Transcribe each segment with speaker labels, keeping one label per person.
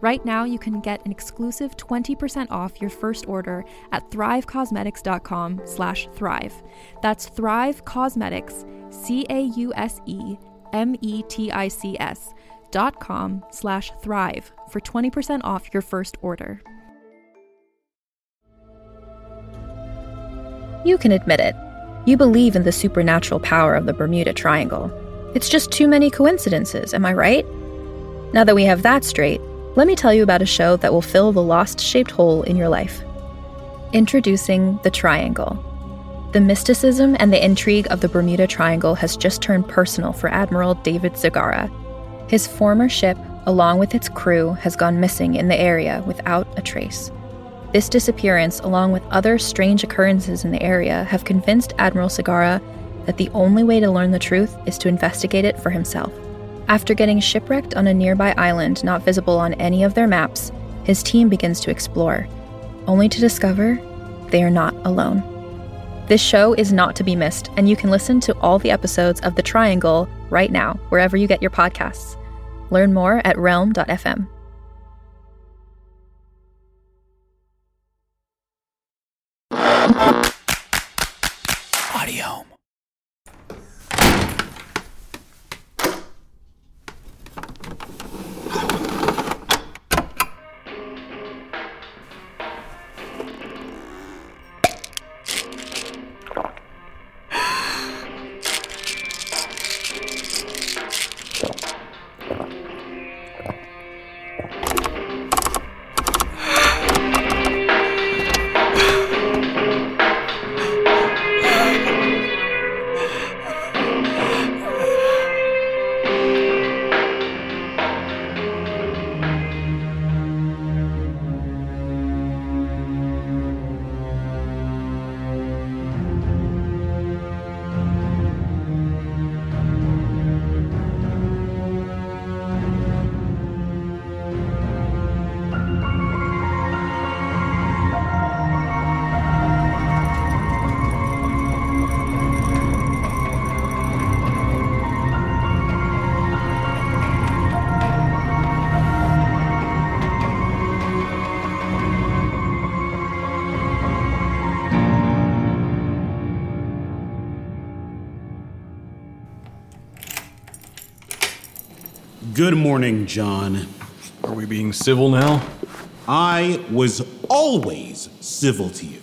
Speaker 1: Right now, you can get an exclusive 20% off your first order at thrivecosmetics.com slash thrive. That's Thrive Cosmetics, E C-A-U-S-E-M-E-T-I-C-S dot com slash thrive for 20% off your first order.
Speaker 2: You can admit it. You believe in the supernatural power of the Bermuda Triangle. It's just too many coincidences, am I right? Now that we have that straight, let me tell you about a show that will fill the lost shaped hole in your life. Introducing The Triangle. The mysticism and the intrigue of the Bermuda Triangle has just turned personal for Admiral David Zagara. His former ship, along with its crew, has gone missing in the area without a trace. This disappearance, along with other strange occurrences in the area, have convinced Admiral Sagara that the only way to learn the truth is to investigate it for himself. After getting shipwrecked on a nearby island not visible on any of their maps, his team begins to explore, only to discover they are not alone. This show is not to be missed, and you can listen to all the episodes of The Triangle right now, wherever you get your podcasts. Learn more at realm.fm.
Speaker 3: Audio.
Speaker 4: Good morning, John.
Speaker 5: Are we being civil now?
Speaker 4: I was always civil to you.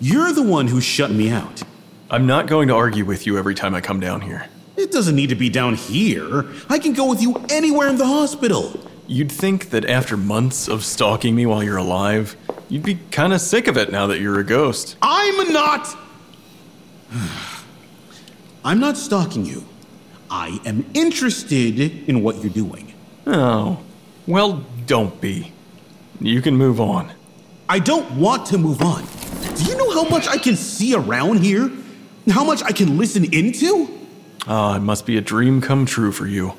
Speaker 4: You're the one who shut me out.
Speaker 5: I'm not going to argue with you every time I come down here.
Speaker 4: It doesn't need to be down here. I can go with you anywhere in the hospital.
Speaker 5: You'd think that after months of stalking me while you're alive, you'd be kind of sick of it now that you're a ghost.
Speaker 4: I'm not. I'm not stalking you. I am interested in what you're doing.
Speaker 5: Oh, well, don't be. You can move on.
Speaker 4: I don't want to move on. Do you know how much I can see around here? How much I can listen into?
Speaker 5: Ah, it must be a dream come true for you.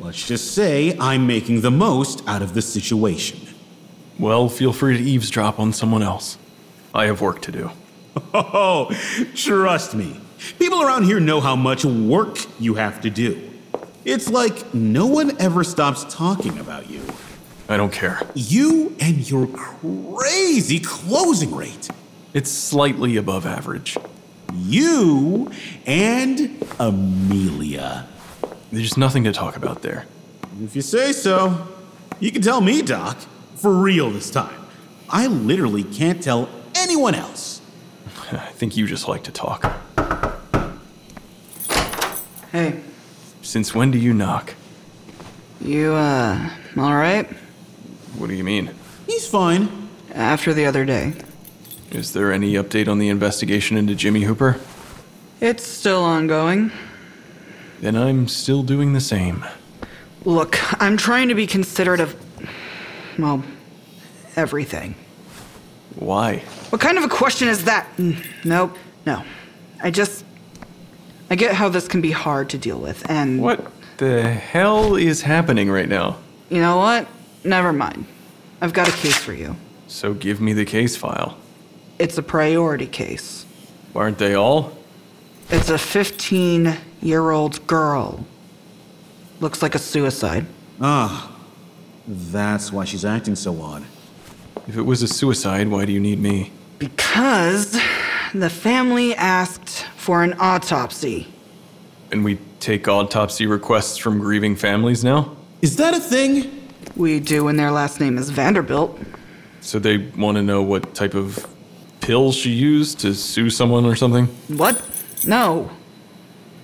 Speaker 4: Let's just say I'm making the most out of the situation.
Speaker 5: Well, feel free to eavesdrop on someone else. I have work to do.
Speaker 4: Oh, trust me. People around here know how much work you have to do. It's like no one ever stops talking about you.
Speaker 5: I don't care.
Speaker 4: You and your crazy closing rate.
Speaker 5: It's slightly above average.
Speaker 4: You and Amelia.
Speaker 5: There's nothing to talk about there.
Speaker 4: If you say so, you can tell me, Doc. For real this time. I literally can't tell anyone else.
Speaker 5: I think you just like to talk.
Speaker 3: Hey,
Speaker 5: Since when do you knock?
Speaker 3: you, uh, alright?
Speaker 5: What do you mean?
Speaker 4: He's fine.
Speaker 3: After the other day.
Speaker 5: Is there any update on the investigation into Jimmy Hooper?
Speaker 3: It's still ongoing.
Speaker 5: Then I'm still doing the same.
Speaker 3: Look, I'm trying to be considerate of. well, everything.
Speaker 5: Why?
Speaker 3: What kind of a question is that? Mm, Nope, no. I just. I get how this can be hard to deal with, and.
Speaker 5: What the hell is happening right now?
Speaker 3: You know what? Never mind. I've got a case for you.
Speaker 5: So give me the case file.
Speaker 3: It's a priority case.
Speaker 5: Aren't they all?
Speaker 3: It's a 15 year old girl. Looks like a suicide.
Speaker 4: Ah, that's why she's acting so odd.
Speaker 5: If it was a suicide, why do you need me?
Speaker 3: Because the family asked for an autopsy.
Speaker 5: And we take autopsy requests from grieving families now?
Speaker 4: Is that a thing?
Speaker 3: We do when their last name is Vanderbilt.
Speaker 5: So they want to know what type of pill she used to sue someone or something?
Speaker 3: What? No.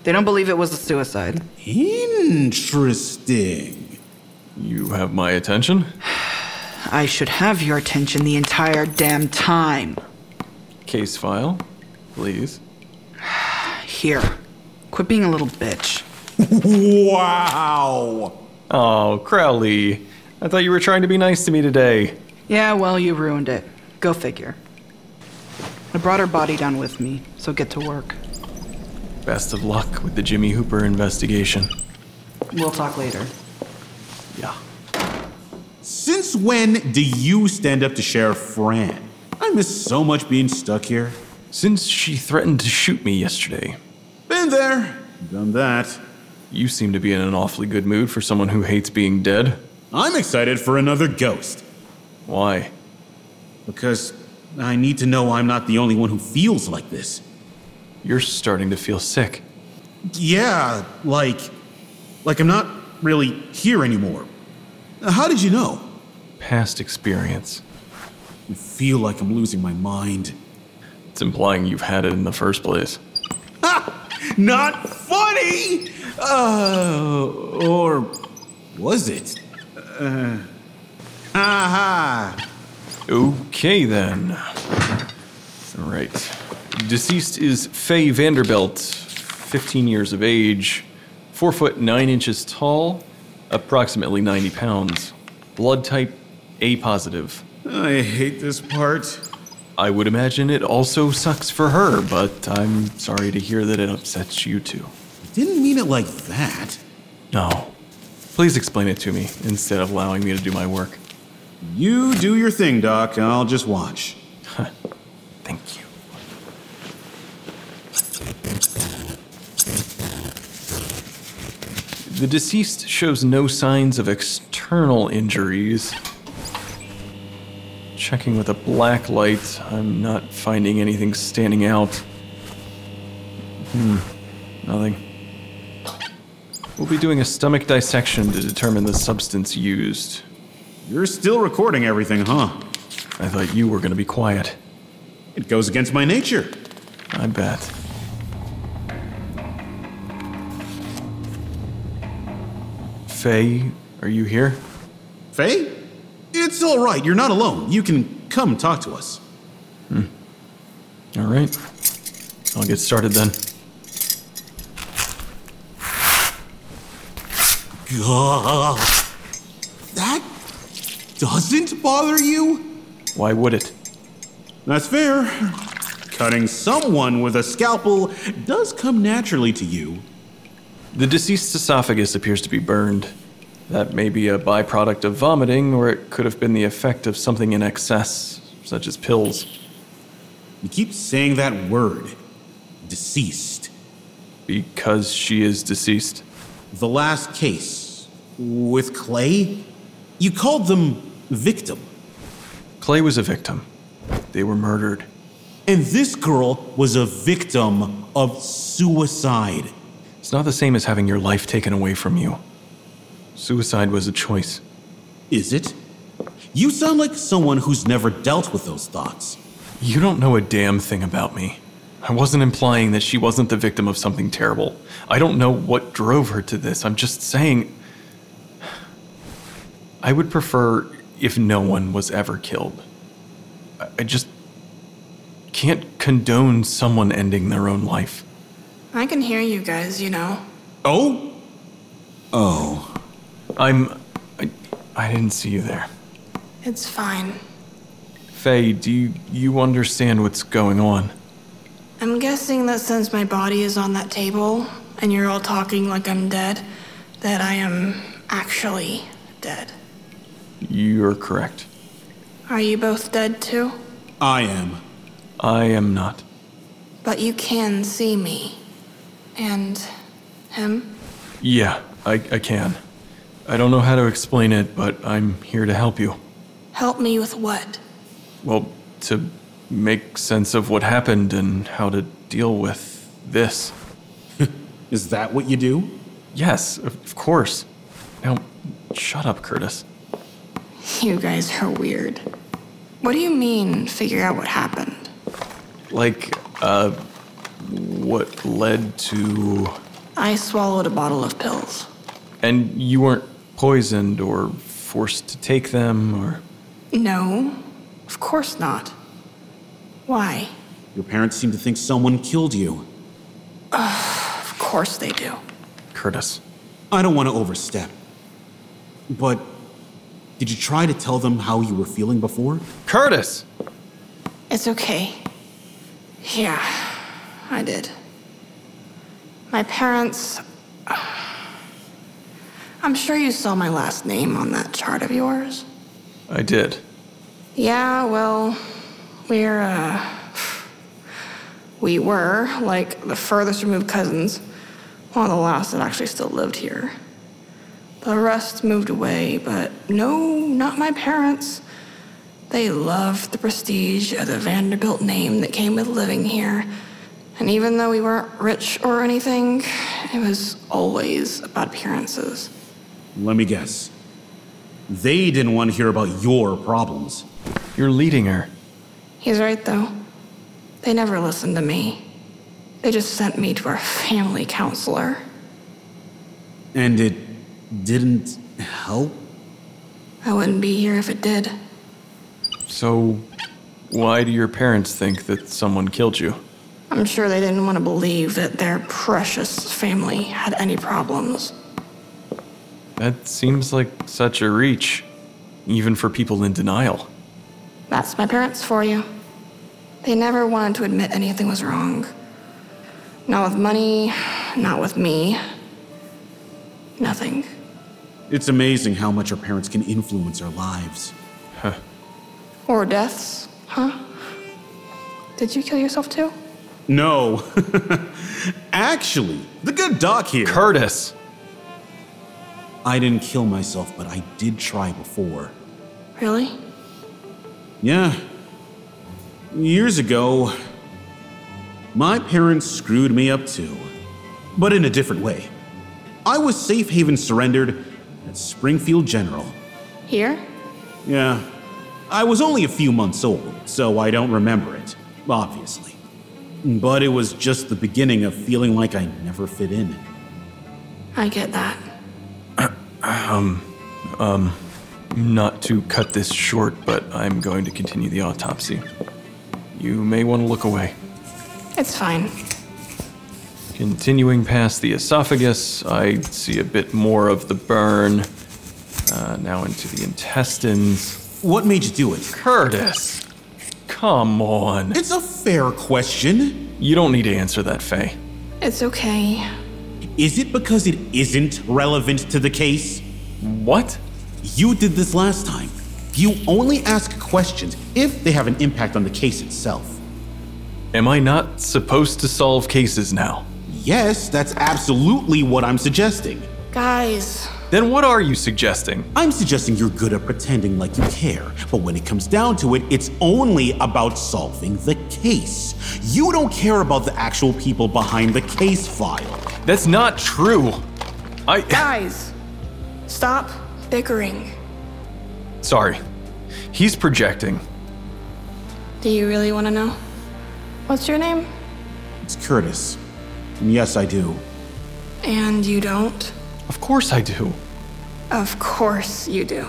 Speaker 3: They don't believe it was a suicide.
Speaker 4: Interesting.
Speaker 5: You have my attention?
Speaker 3: I should have your attention the entire damn time.
Speaker 5: Case file, please.
Speaker 3: Here. Quit being a little bitch.
Speaker 4: Wow.
Speaker 5: Oh, Crowley. I thought you were trying to be nice to me today.
Speaker 3: Yeah, well, you ruined it. Go figure. I brought her body down with me, so get to work.
Speaker 5: Best of luck with the Jimmy Hooper investigation.
Speaker 3: We'll talk later.
Speaker 5: Yeah.
Speaker 4: Since when do you stand up to Sheriff Fran? I miss so much being stuck here.
Speaker 5: Since she threatened to shoot me yesterday,
Speaker 4: Been there, done that.
Speaker 5: you seem to be in an awfully good mood for someone who hates being dead.
Speaker 4: I'm excited for another ghost
Speaker 5: Why?
Speaker 4: because I need to know I'm not the only one who feels like this.
Speaker 5: You're starting to feel sick.
Speaker 4: Yeah, like like I'm not really here anymore. How did you know?
Speaker 5: Past experience.
Speaker 4: I feel like I'm losing my mind.
Speaker 5: It's implying you've had it in the first place.
Speaker 4: Not funny. Uh, or was it? Uh, aha.
Speaker 5: Okay, then. All right. Deceased is Faye Vanderbilt, 15 years of age, 4 foot 9 inches tall, approximately 90 pounds. Blood type A positive.
Speaker 4: I hate this part.
Speaker 5: I would imagine it also sucks for her, but I'm sorry to hear that it upsets you too.
Speaker 4: Didn't mean it like that.
Speaker 5: No. Please explain it to me instead of allowing me to do my work.
Speaker 4: You do your thing, Doc. I'll just watch.
Speaker 5: Thank you. The deceased shows no signs of external injuries. Checking with a black light, I'm not finding anything standing out. Hmm, nothing. We'll be doing a stomach dissection to determine the substance used.
Speaker 4: You're still recording everything, huh?
Speaker 5: I thought you were going to be quiet.
Speaker 4: It goes against my nature.
Speaker 5: I bet. Faye, are you here?
Speaker 4: Faye? It's all right. You're not alone. You can come talk to us.
Speaker 5: All right. I'll get started then.
Speaker 4: Gah. That doesn't bother you?
Speaker 5: Why would it?
Speaker 4: That's fair. Cutting someone with a scalpel does come naturally to you.
Speaker 5: The deceased's esophagus appears to be burned. That may be a byproduct of vomiting, or it could have been the effect of something in excess, such as pills.
Speaker 4: You keep saying that word deceased.
Speaker 5: Because she is deceased.
Speaker 4: The last case with Clay? You called them victim.
Speaker 5: Clay was a victim. They were murdered.
Speaker 4: And this girl was a victim of suicide.
Speaker 5: It's not the same as having your life taken away from you. Suicide was a choice.
Speaker 4: Is it? You sound like someone who's never dealt with those thoughts.
Speaker 5: You don't know a damn thing about me. I wasn't implying that she wasn't the victim of something terrible. I don't know what drove her to this. I'm just saying. I would prefer if no one was ever killed. I- I just can't condone someone ending their own life.
Speaker 6: I can hear you guys, you know.
Speaker 4: Oh? Oh.
Speaker 5: I'm. I, I didn't see you there.
Speaker 6: It's fine.
Speaker 5: Faye, do you, you understand what's going on?
Speaker 6: I'm guessing that since my body is on that table and you're all talking like I'm dead, that I am actually dead.
Speaker 5: You're correct.
Speaker 6: Are you both dead too?
Speaker 4: I am.
Speaker 5: I am not.
Speaker 6: But you can see me. And him?
Speaker 5: Yeah, I, I can. I don't know how to explain it, but I'm here to help you.
Speaker 6: Help me with what?
Speaker 5: Well, to make sense of what happened and how to deal with this.
Speaker 4: Is that what you do?
Speaker 5: Yes, of of course. Now, shut up, Curtis.
Speaker 6: You guys are weird. What do you mean, figure out what happened?
Speaker 5: Like, uh, what led to.
Speaker 6: I swallowed a bottle of pills.
Speaker 5: And you weren't poisoned or forced to take them or.
Speaker 6: No, of course not. Why?
Speaker 4: Your parents seem to think someone killed you.
Speaker 6: Of course they do.
Speaker 5: Curtis.
Speaker 4: I don't want to overstep. But did you try to tell them how you were feeling before?
Speaker 5: Curtis!
Speaker 6: It's okay. Yeah, I did. My parents. I'm sure you saw my last name on that chart of yours.
Speaker 5: I did.
Speaker 6: Yeah, well, we're, uh. We were, like, the furthest removed cousins. One of the last that actually still lived here. The rest moved away, but no, not my parents. They loved the prestige of the Vanderbilt name that came with living here. And even though we weren't rich or anything, it was always about appearances.
Speaker 4: Let me guess. They didn't want to hear about your problems.
Speaker 5: You're leading her.
Speaker 6: He's right, though. They never listened to me. They just sent me to our family counselor.
Speaker 4: And it didn't help?
Speaker 6: I wouldn't be here if it did.
Speaker 5: So, why do your parents think that someone killed you?
Speaker 6: I'm sure they didn't want to believe that their precious family had any problems.
Speaker 5: That seems like such a reach, even for people in denial.
Speaker 6: That's my parents for you. They never wanted to admit anything was wrong. Not with money, not with me. Nothing.
Speaker 4: It's amazing how much our parents can influence our lives.
Speaker 6: Or deaths, huh? Did you kill yourself too?
Speaker 4: No. Actually, the good doc here.
Speaker 5: Curtis!
Speaker 4: I didn't kill myself, but I did try before.
Speaker 6: Really?
Speaker 4: Yeah. Years ago, my parents screwed me up too, but in a different way. I was safe haven surrendered at Springfield General.
Speaker 6: Here?
Speaker 4: Yeah. I was only a few months old, so I don't remember it, obviously. But it was just the beginning of feeling like I never fit in.
Speaker 6: I get that.
Speaker 5: Not to cut this short, but I'm going to continue the autopsy. You may want to look away.
Speaker 6: It's fine.
Speaker 5: Continuing past the esophagus, I see a bit more of the burn. Uh, now into the intestines.
Speaker 4: What made you do it?
Speaker 5: Curtis! Come on.
Speaker 4: It's a fair question.
Speaker 5: You don't need to answer that, Faye.
Speaker 6: It's okay.
Speaker 4: Is it because it isn't relevant to the case?
Speaker 5: What?
Speaker 4: You did this last time. You only ask questions if they have an impact on the case itself.
Speaker 5: Am I not supposed to solve cases now?
Speaker 4: Yes, that's absolutely what I'm suggesting.
Speaker 6: Guys,
Speaker 5: Then what are you suggesting?
Speaker 4: I'm suggesting you're good at pretending like you care, but when it comes down to it, it's only about solving the case. You don't care about the actual people behind the case file.
Speaker 5: That's not true. I.
Speaker 6: Guys, stop bickering.
Speaker 5: Sorry. He's projecting.
Speaker 6: Do you really want to know? What's your name?
Speaker 4: It's Curtis. And yes, I do.
Speaker 6: And you don't?
Speaker 5: Of course I do.
Speaker 6: Of course you do.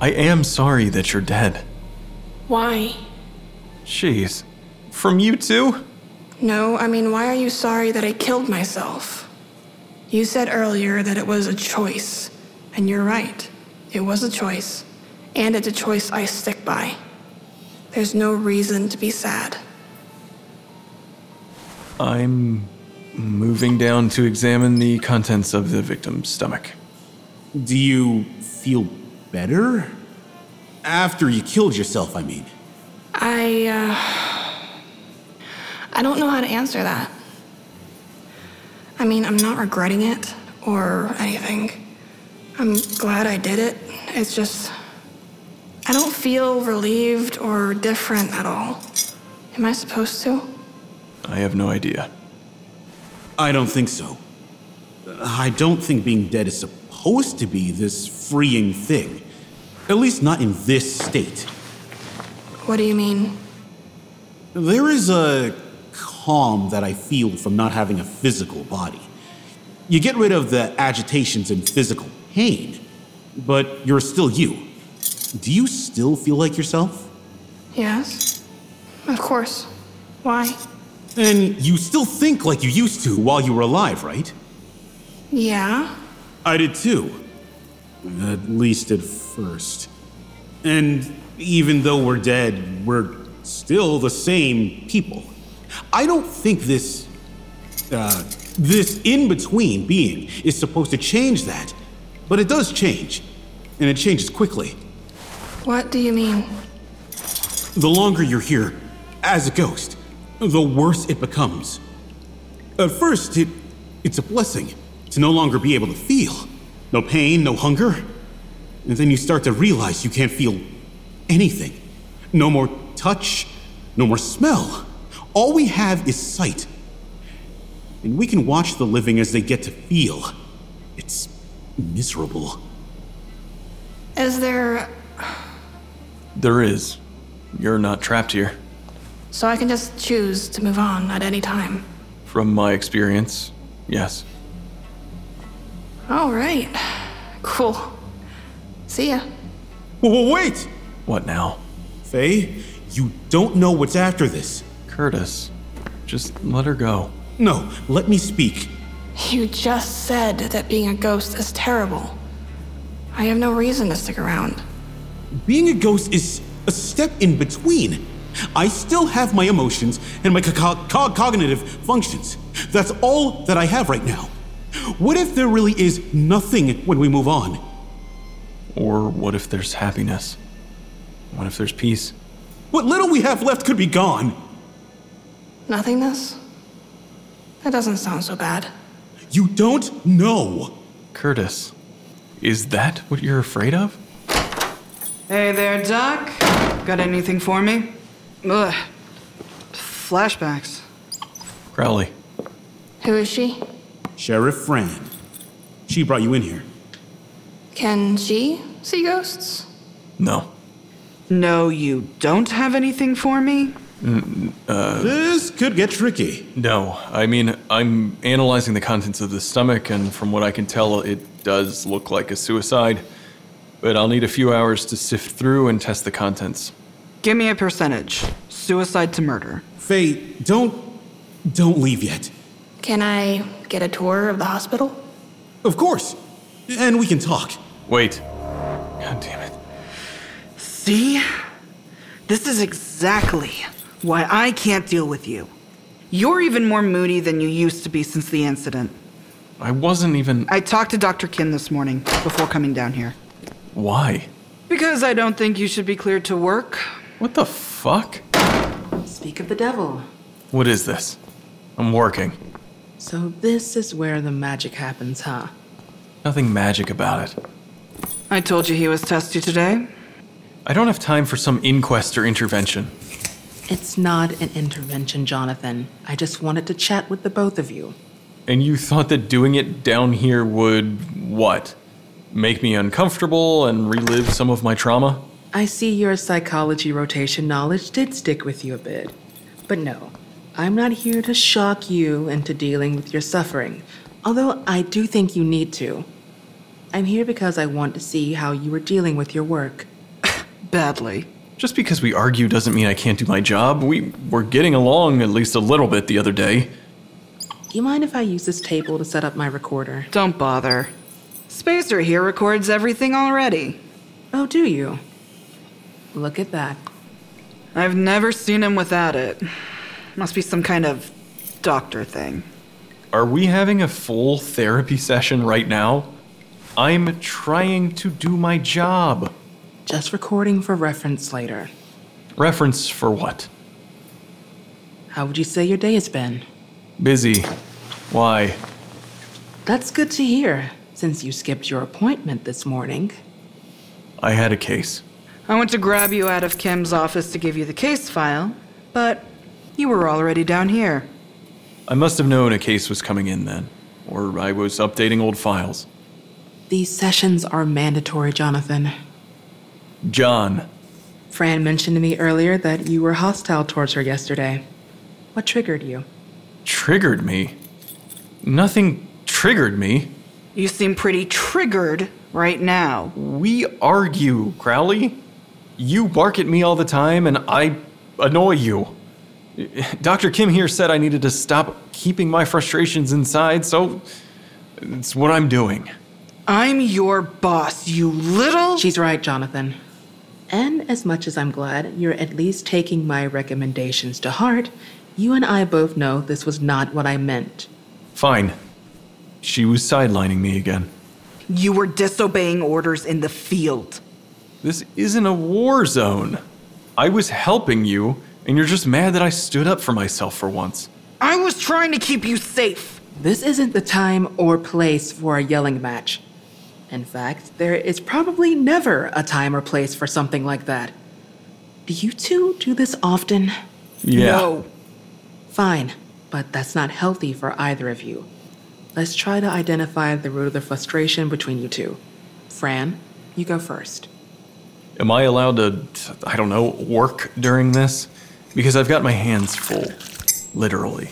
Speaker 5: I am sorry that you're dead.
Speaker 6: Why?
Speaker 5: Jeez. From you too?
Speaker 6: No, I mean, why are you sorry that I killed myself? You said earlier that it was a choice, and you're right. It was a choice, and it's a choice I stick by. There's no reason to be sad.
Speaker 5: I'm moving down to examine the contents of the victim's stomach.
Speaker 4: Do you feel better? After you killed yourself, I mean.
Speaker 6: I, uh, I don't know how to answer that. I mean, I'm not regretting it or anything. I'm glad I did it. It's just, I don't feel relieved or different at all. Am I supposed to?
Speaker 5: I have no idea.
Speaker 4: I don't think so. I don't think being dead is supposed to be this freeing thing. At least not in this state.
Speaker 6: What do you mean?
Speaker 4: There is a calm that I feel from not having a physical body. You get rid of the agitations and physical pain, but you're still you. Do you still feel like yourself?
Speaker 6: Yes? Of course. Why?
Speaker 4: And you still think like you used to while you were alive, right?
Speaker 6: Yeah.
Speaker 4: I did too. At least at first. And even though we're dead, we're still the same people. I don't think this. Uh, this in between being is supposed to change that, but it does change, and it changes quickly.
Speaker 6: What do you mean?
Speaker 4: The longer you're here as a ghost, the worse it becomes. At first, it, it's a blessing to no longer be able to feel. No pain, no hunger. And then you start to realize you can't feel anything. No more touch, no more smell. All we have is sight. And we can watch the living as they get to feel. It's miserable.
Speaker 6: Is there.
Speaker 5: There is. You're not trapped here.
Speaker 6: So I can just choose to move on at any time.
Speaker 5: From my experience, yes.
Speaker 6: All right. Cool. See ya.
Speaker 4: Whoa, whoa, wait!
Speaker 5: What now?
Speaker 4: Faye, you don't know what's after this.
Speaker 5: Curtis, just let her go.
Speaker 4: No, let me speak.
Speaker 6: You just said that being a ghost is terrible. I have no reason to stick around.
Speaker 4: Being a ghost is a step in between. I still have my emotions and my co- co- co- cognitive functions. That's all that I have right now. What if there really is nothing when we move on?
Speaker 5: Or what if there's happiness? What if there's peace?
Speaker 4: What little we have left could be gone.
Speaker 6: Nothingness? That doesn't sound so bad.
Speaker 4: You don't know.
Speaker 5: Curtis, is that what you're afraid of?
Speaker 3: Hey there, Doc. Got anything for me? Ugh. Flashbacks.
Speaker 5: Crowley,
Speaker 6: Who is she?
Speaker 4: Sheriff Fran. She brought you in here.
Speaker 6: Can she see ghosts?
Speaker 5: no.
Speaker 3: No, you don't have anything for me?
Speaker 4: This could get tricky.
Speaker 5: No, I mean, I'm analyzing the contents of the stomach, and from what I can tell, it does look like a suicide. But I'll need a few hours to sift through and test the contents.
Speaker 3: Give me a percentage. Suicide to murder.
Speaker 4: Faye, don't. don't leave yet.
Speaker 6: Can I get a tour of the hospital?
Speaker 4: Of course. And we can talk.
Speaker 5: Wait. God damn it.
Speaker 3: See? This is exactly why I can't deal with you. You're even more moody than you used to be since the incident.
Speaker 5: I wasn't even.
Speaker 3: I talked to Dr. Kin this morning before coming down here.
Speaker 5: Why?
Speaker 3: Because I don't think you should be cleared to work.
Speaker 5: What the fuck?
Speaker 7: Speak of the devil.
Speaker 5: What is this? I'm working.
Speaker 7: So, this is where the magic happens, huh?
Speaker 5: Nothing magic about it.
Speaker 3: I told you he was testy today.
Speaker 5: I don't have time for some inquest or intervention.
Speaker 7: It's not an intervention, Jonathan. I just wanted to chat with the both of you.
Speaker 5: And you thought that doing it down here would what? Make me uncomfortable and relive some of my trauma?
Speaker 7: I see your psychology rotation knowledge did stick with you a bit. But no, I'm not here to shock you into dealing with your suffering, although I do think you need to. I'm here because I want to see how you are dealing with your work.
Speaker 3: Badly.
Speaker 5: Just because we argue doesn't mean I can't do my job. We were getting along at least a little bit the other day.
Speaker 7: You mind if I use this table to set up my recorder?
Speaker 3: Don't bother. Spacer here records everything already.
Speaker 7: Oh, do you? Look at that.
Speaker 3: I've never seen him without it. Must be some kind of doctor thing.
Speaker 5: Are we having a full therapy session right now? I'm trying to do my job.
Speaker 7: Just recording for reference later.
Speaker 5: Reference for what?
Speaker 7: How would you say your day has been?
Speaker 5: Busy. Why?
Speaker 7: That's good to hear, since you skipped your appointment this morning.
Speaker 5: I had a case.
Speaker 3: I went to grab you out of Kim's office to give you the case file, but you were already down here.
Speaker 5: I must have known a case was coming in then, or I was updating old files.
Speaker 7: These sessions are mandatory, Jonathan.
Speaker 5: John,
Speaker 7: Fran mentioned to me earlier that you were hostile towards her yesterday. What triggered you?
Speaker 5: triggered me. Nothing triggered me.
Speaker 3: You seem pretty triggered right now.
Speaker 5: We argue, Crowley. You bark at me all the time, and I annoy you. Dr. Kim here said I needed to stop keeping my frustrations inside, so it's what I'm doing.
Speaker 3: I'm your boss, you little.
Speaker 7: She's right, Jonathan. And as much as I'm glad you're at least taking my recommendations to heart, you and I both know this was not what I meant.
Speaker 5: Fine. She was sidelining me again.
Speaker 3: You were disobeying orders in the field.
Speaker 5: This isn't a war zone. I was helping you, and you're just mad that I stood up for myself for once.
Speaker 3: I was trying to keep you safe.
Speaker 7: This isn't the time or place for a yelling match. In fact, there is probably never a time or place for something like that. Do you two do this often?
Speaker 5: Yeah.
Speaker 3: No.
Speaker 7: Fine, but that's not healthy for either of you. Let's try to identify the root of the frustration between you two. Fran, you go first.
Speaker 5: Am I allowed to, I don't know, work during this? Because I've got my hands full, literally.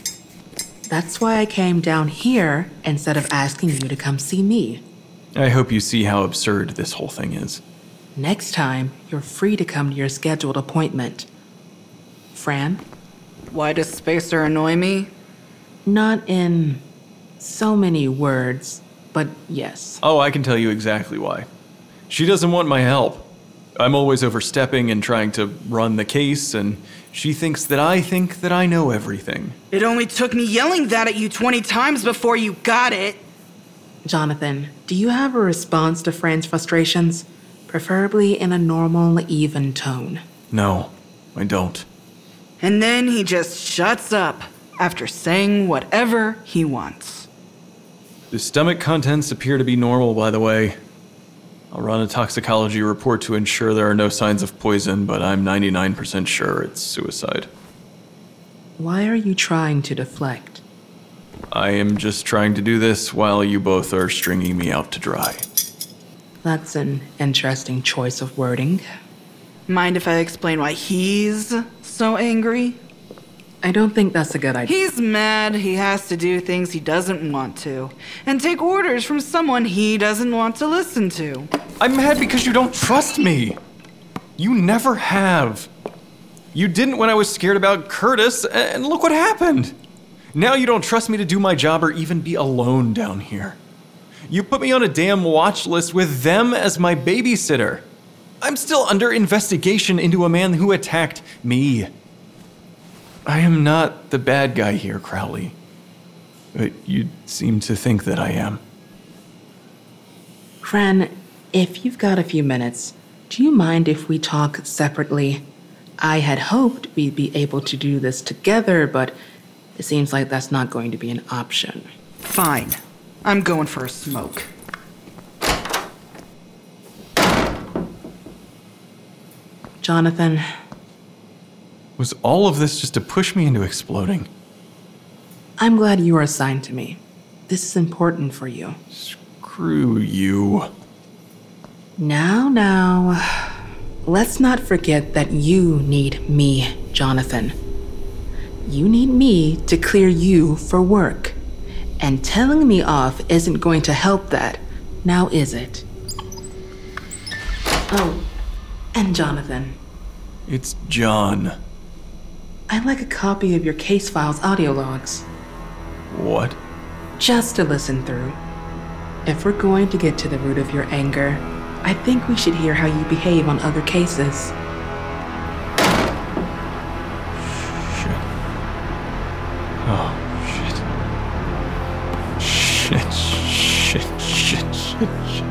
Speaker 7: That's why I came down here instead of asking you to come see me.
Speaker 5: I hope you see how absurd this whole thing is.
Speaker 7: Next time, you're free to come to your scheduled appointment. Fran,
Speaker 3: Why does Spacer annoy me?
Speaker 7: not in so many words, but yes.
Speaker 5: Oh, I can tell you exactly why. She doesn't want my help. I'm always overstepping and trying to run the case, and she thinks that I think that I know everything.
Speaker 3: It only took me yelling that at you 20 times before you got it.
Speaker 7: Jonathan, do you have a response to Fran's frustrations? Preferably in a normal, even tone.
Speaker 5: No, I don't.
Speaker 3: And then he just shuts up after saying whatever he wants.
Speaker 5: The stomach contents appear to be normal, by the way. I'll run a toxicology report to ensure there are no signs of poison, but I'm 99% sure it's suicide.
Speaker 7: Why are you trying to deflect?
Speaker 5: I am just trying to do this while you both are stringing me out to dry.
Speaker 7: That's an interesting choice of wording.
Speaker 3: Mind if I explain why he's so angry?
Speaker 7: I don't think that's a good idea.
Speaker 3: He's mad he has to do things he doesn't want to and take orders from someone he doesn't want to listen to.
Speaker 5: I'm mad because you don't trust me! You never have. You didn't when I was scared about Curtis, and look what happened! Now you don't trust me to do my job or even be alone down here. You put me on a damn watch list with them as my babysitter. I'm still under investigation into a man who attacked me. I am not the bad guy here, Crowley. But you seem to think that I am.
Speaker 7: Fran, if you've got a few minutes, do you mind if we talk separately? I had hoped we'd be able to do this together, but it seems like that's not going to be an option.
Speaker 3: Fine. I'm going for a smoke.
Speaker 7: Jonathan,
Speaker 5: Was all of this just to push me into exploding?
Speaker 7: I'm glad you are assigned to me. This is important for you.
Speaker 5: Screw you.
Speaker 7: Now, now, let's not forget that you need me, Jonathan. You need me to clear you for work. And telling me off isn't going to help that, now is it? Oh, and Jonathan,
Speaker 5: It's John.
Speaker 7: I'd like a copy of your case files audio logs,
Speaker 5: What?
Speaker 7: just to listen through. If we're going to get to the root of your anger, I think we should hear how you behave on other cases.
Speaker 5: Shit. Oh, shit. Shit, shit, shit, shit, shit.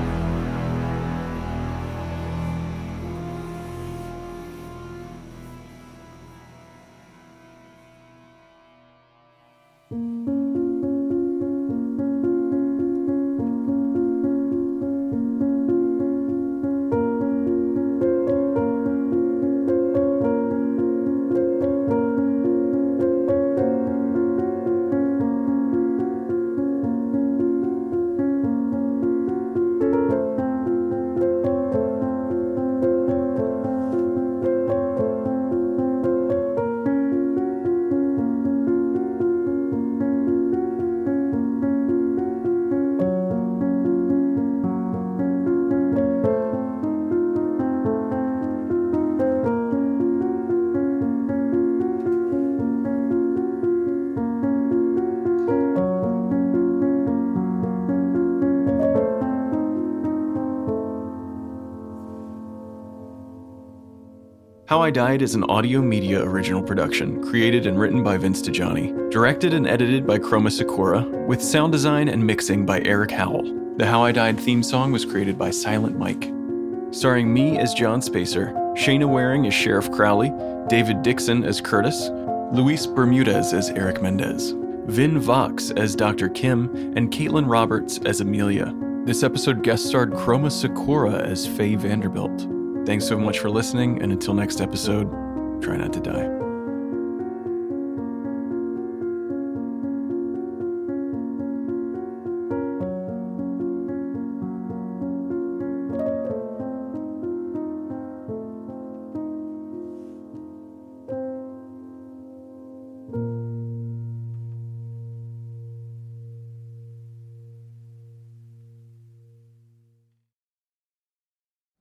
Speaker 5: How I Died is an audio media original production, created and written by Vince DiGianni, directed and edited by Chroma Sakura, with sound design and mixing by Eric Howell. The How I Died theme song was created by Silent Mike. Starring me as John Spacer, Shayna Waring as Sheriff Crowley, David Dixon as Curtis, Luis Bermudez as Eric Mendez, Vin Vox as Dr. Kim, and Caitlin Roberts as Amelia. This episode guest starred Chroma Sakura as Faye Vanderbilt. Thanks so much for listening, and until next episode, try not to die.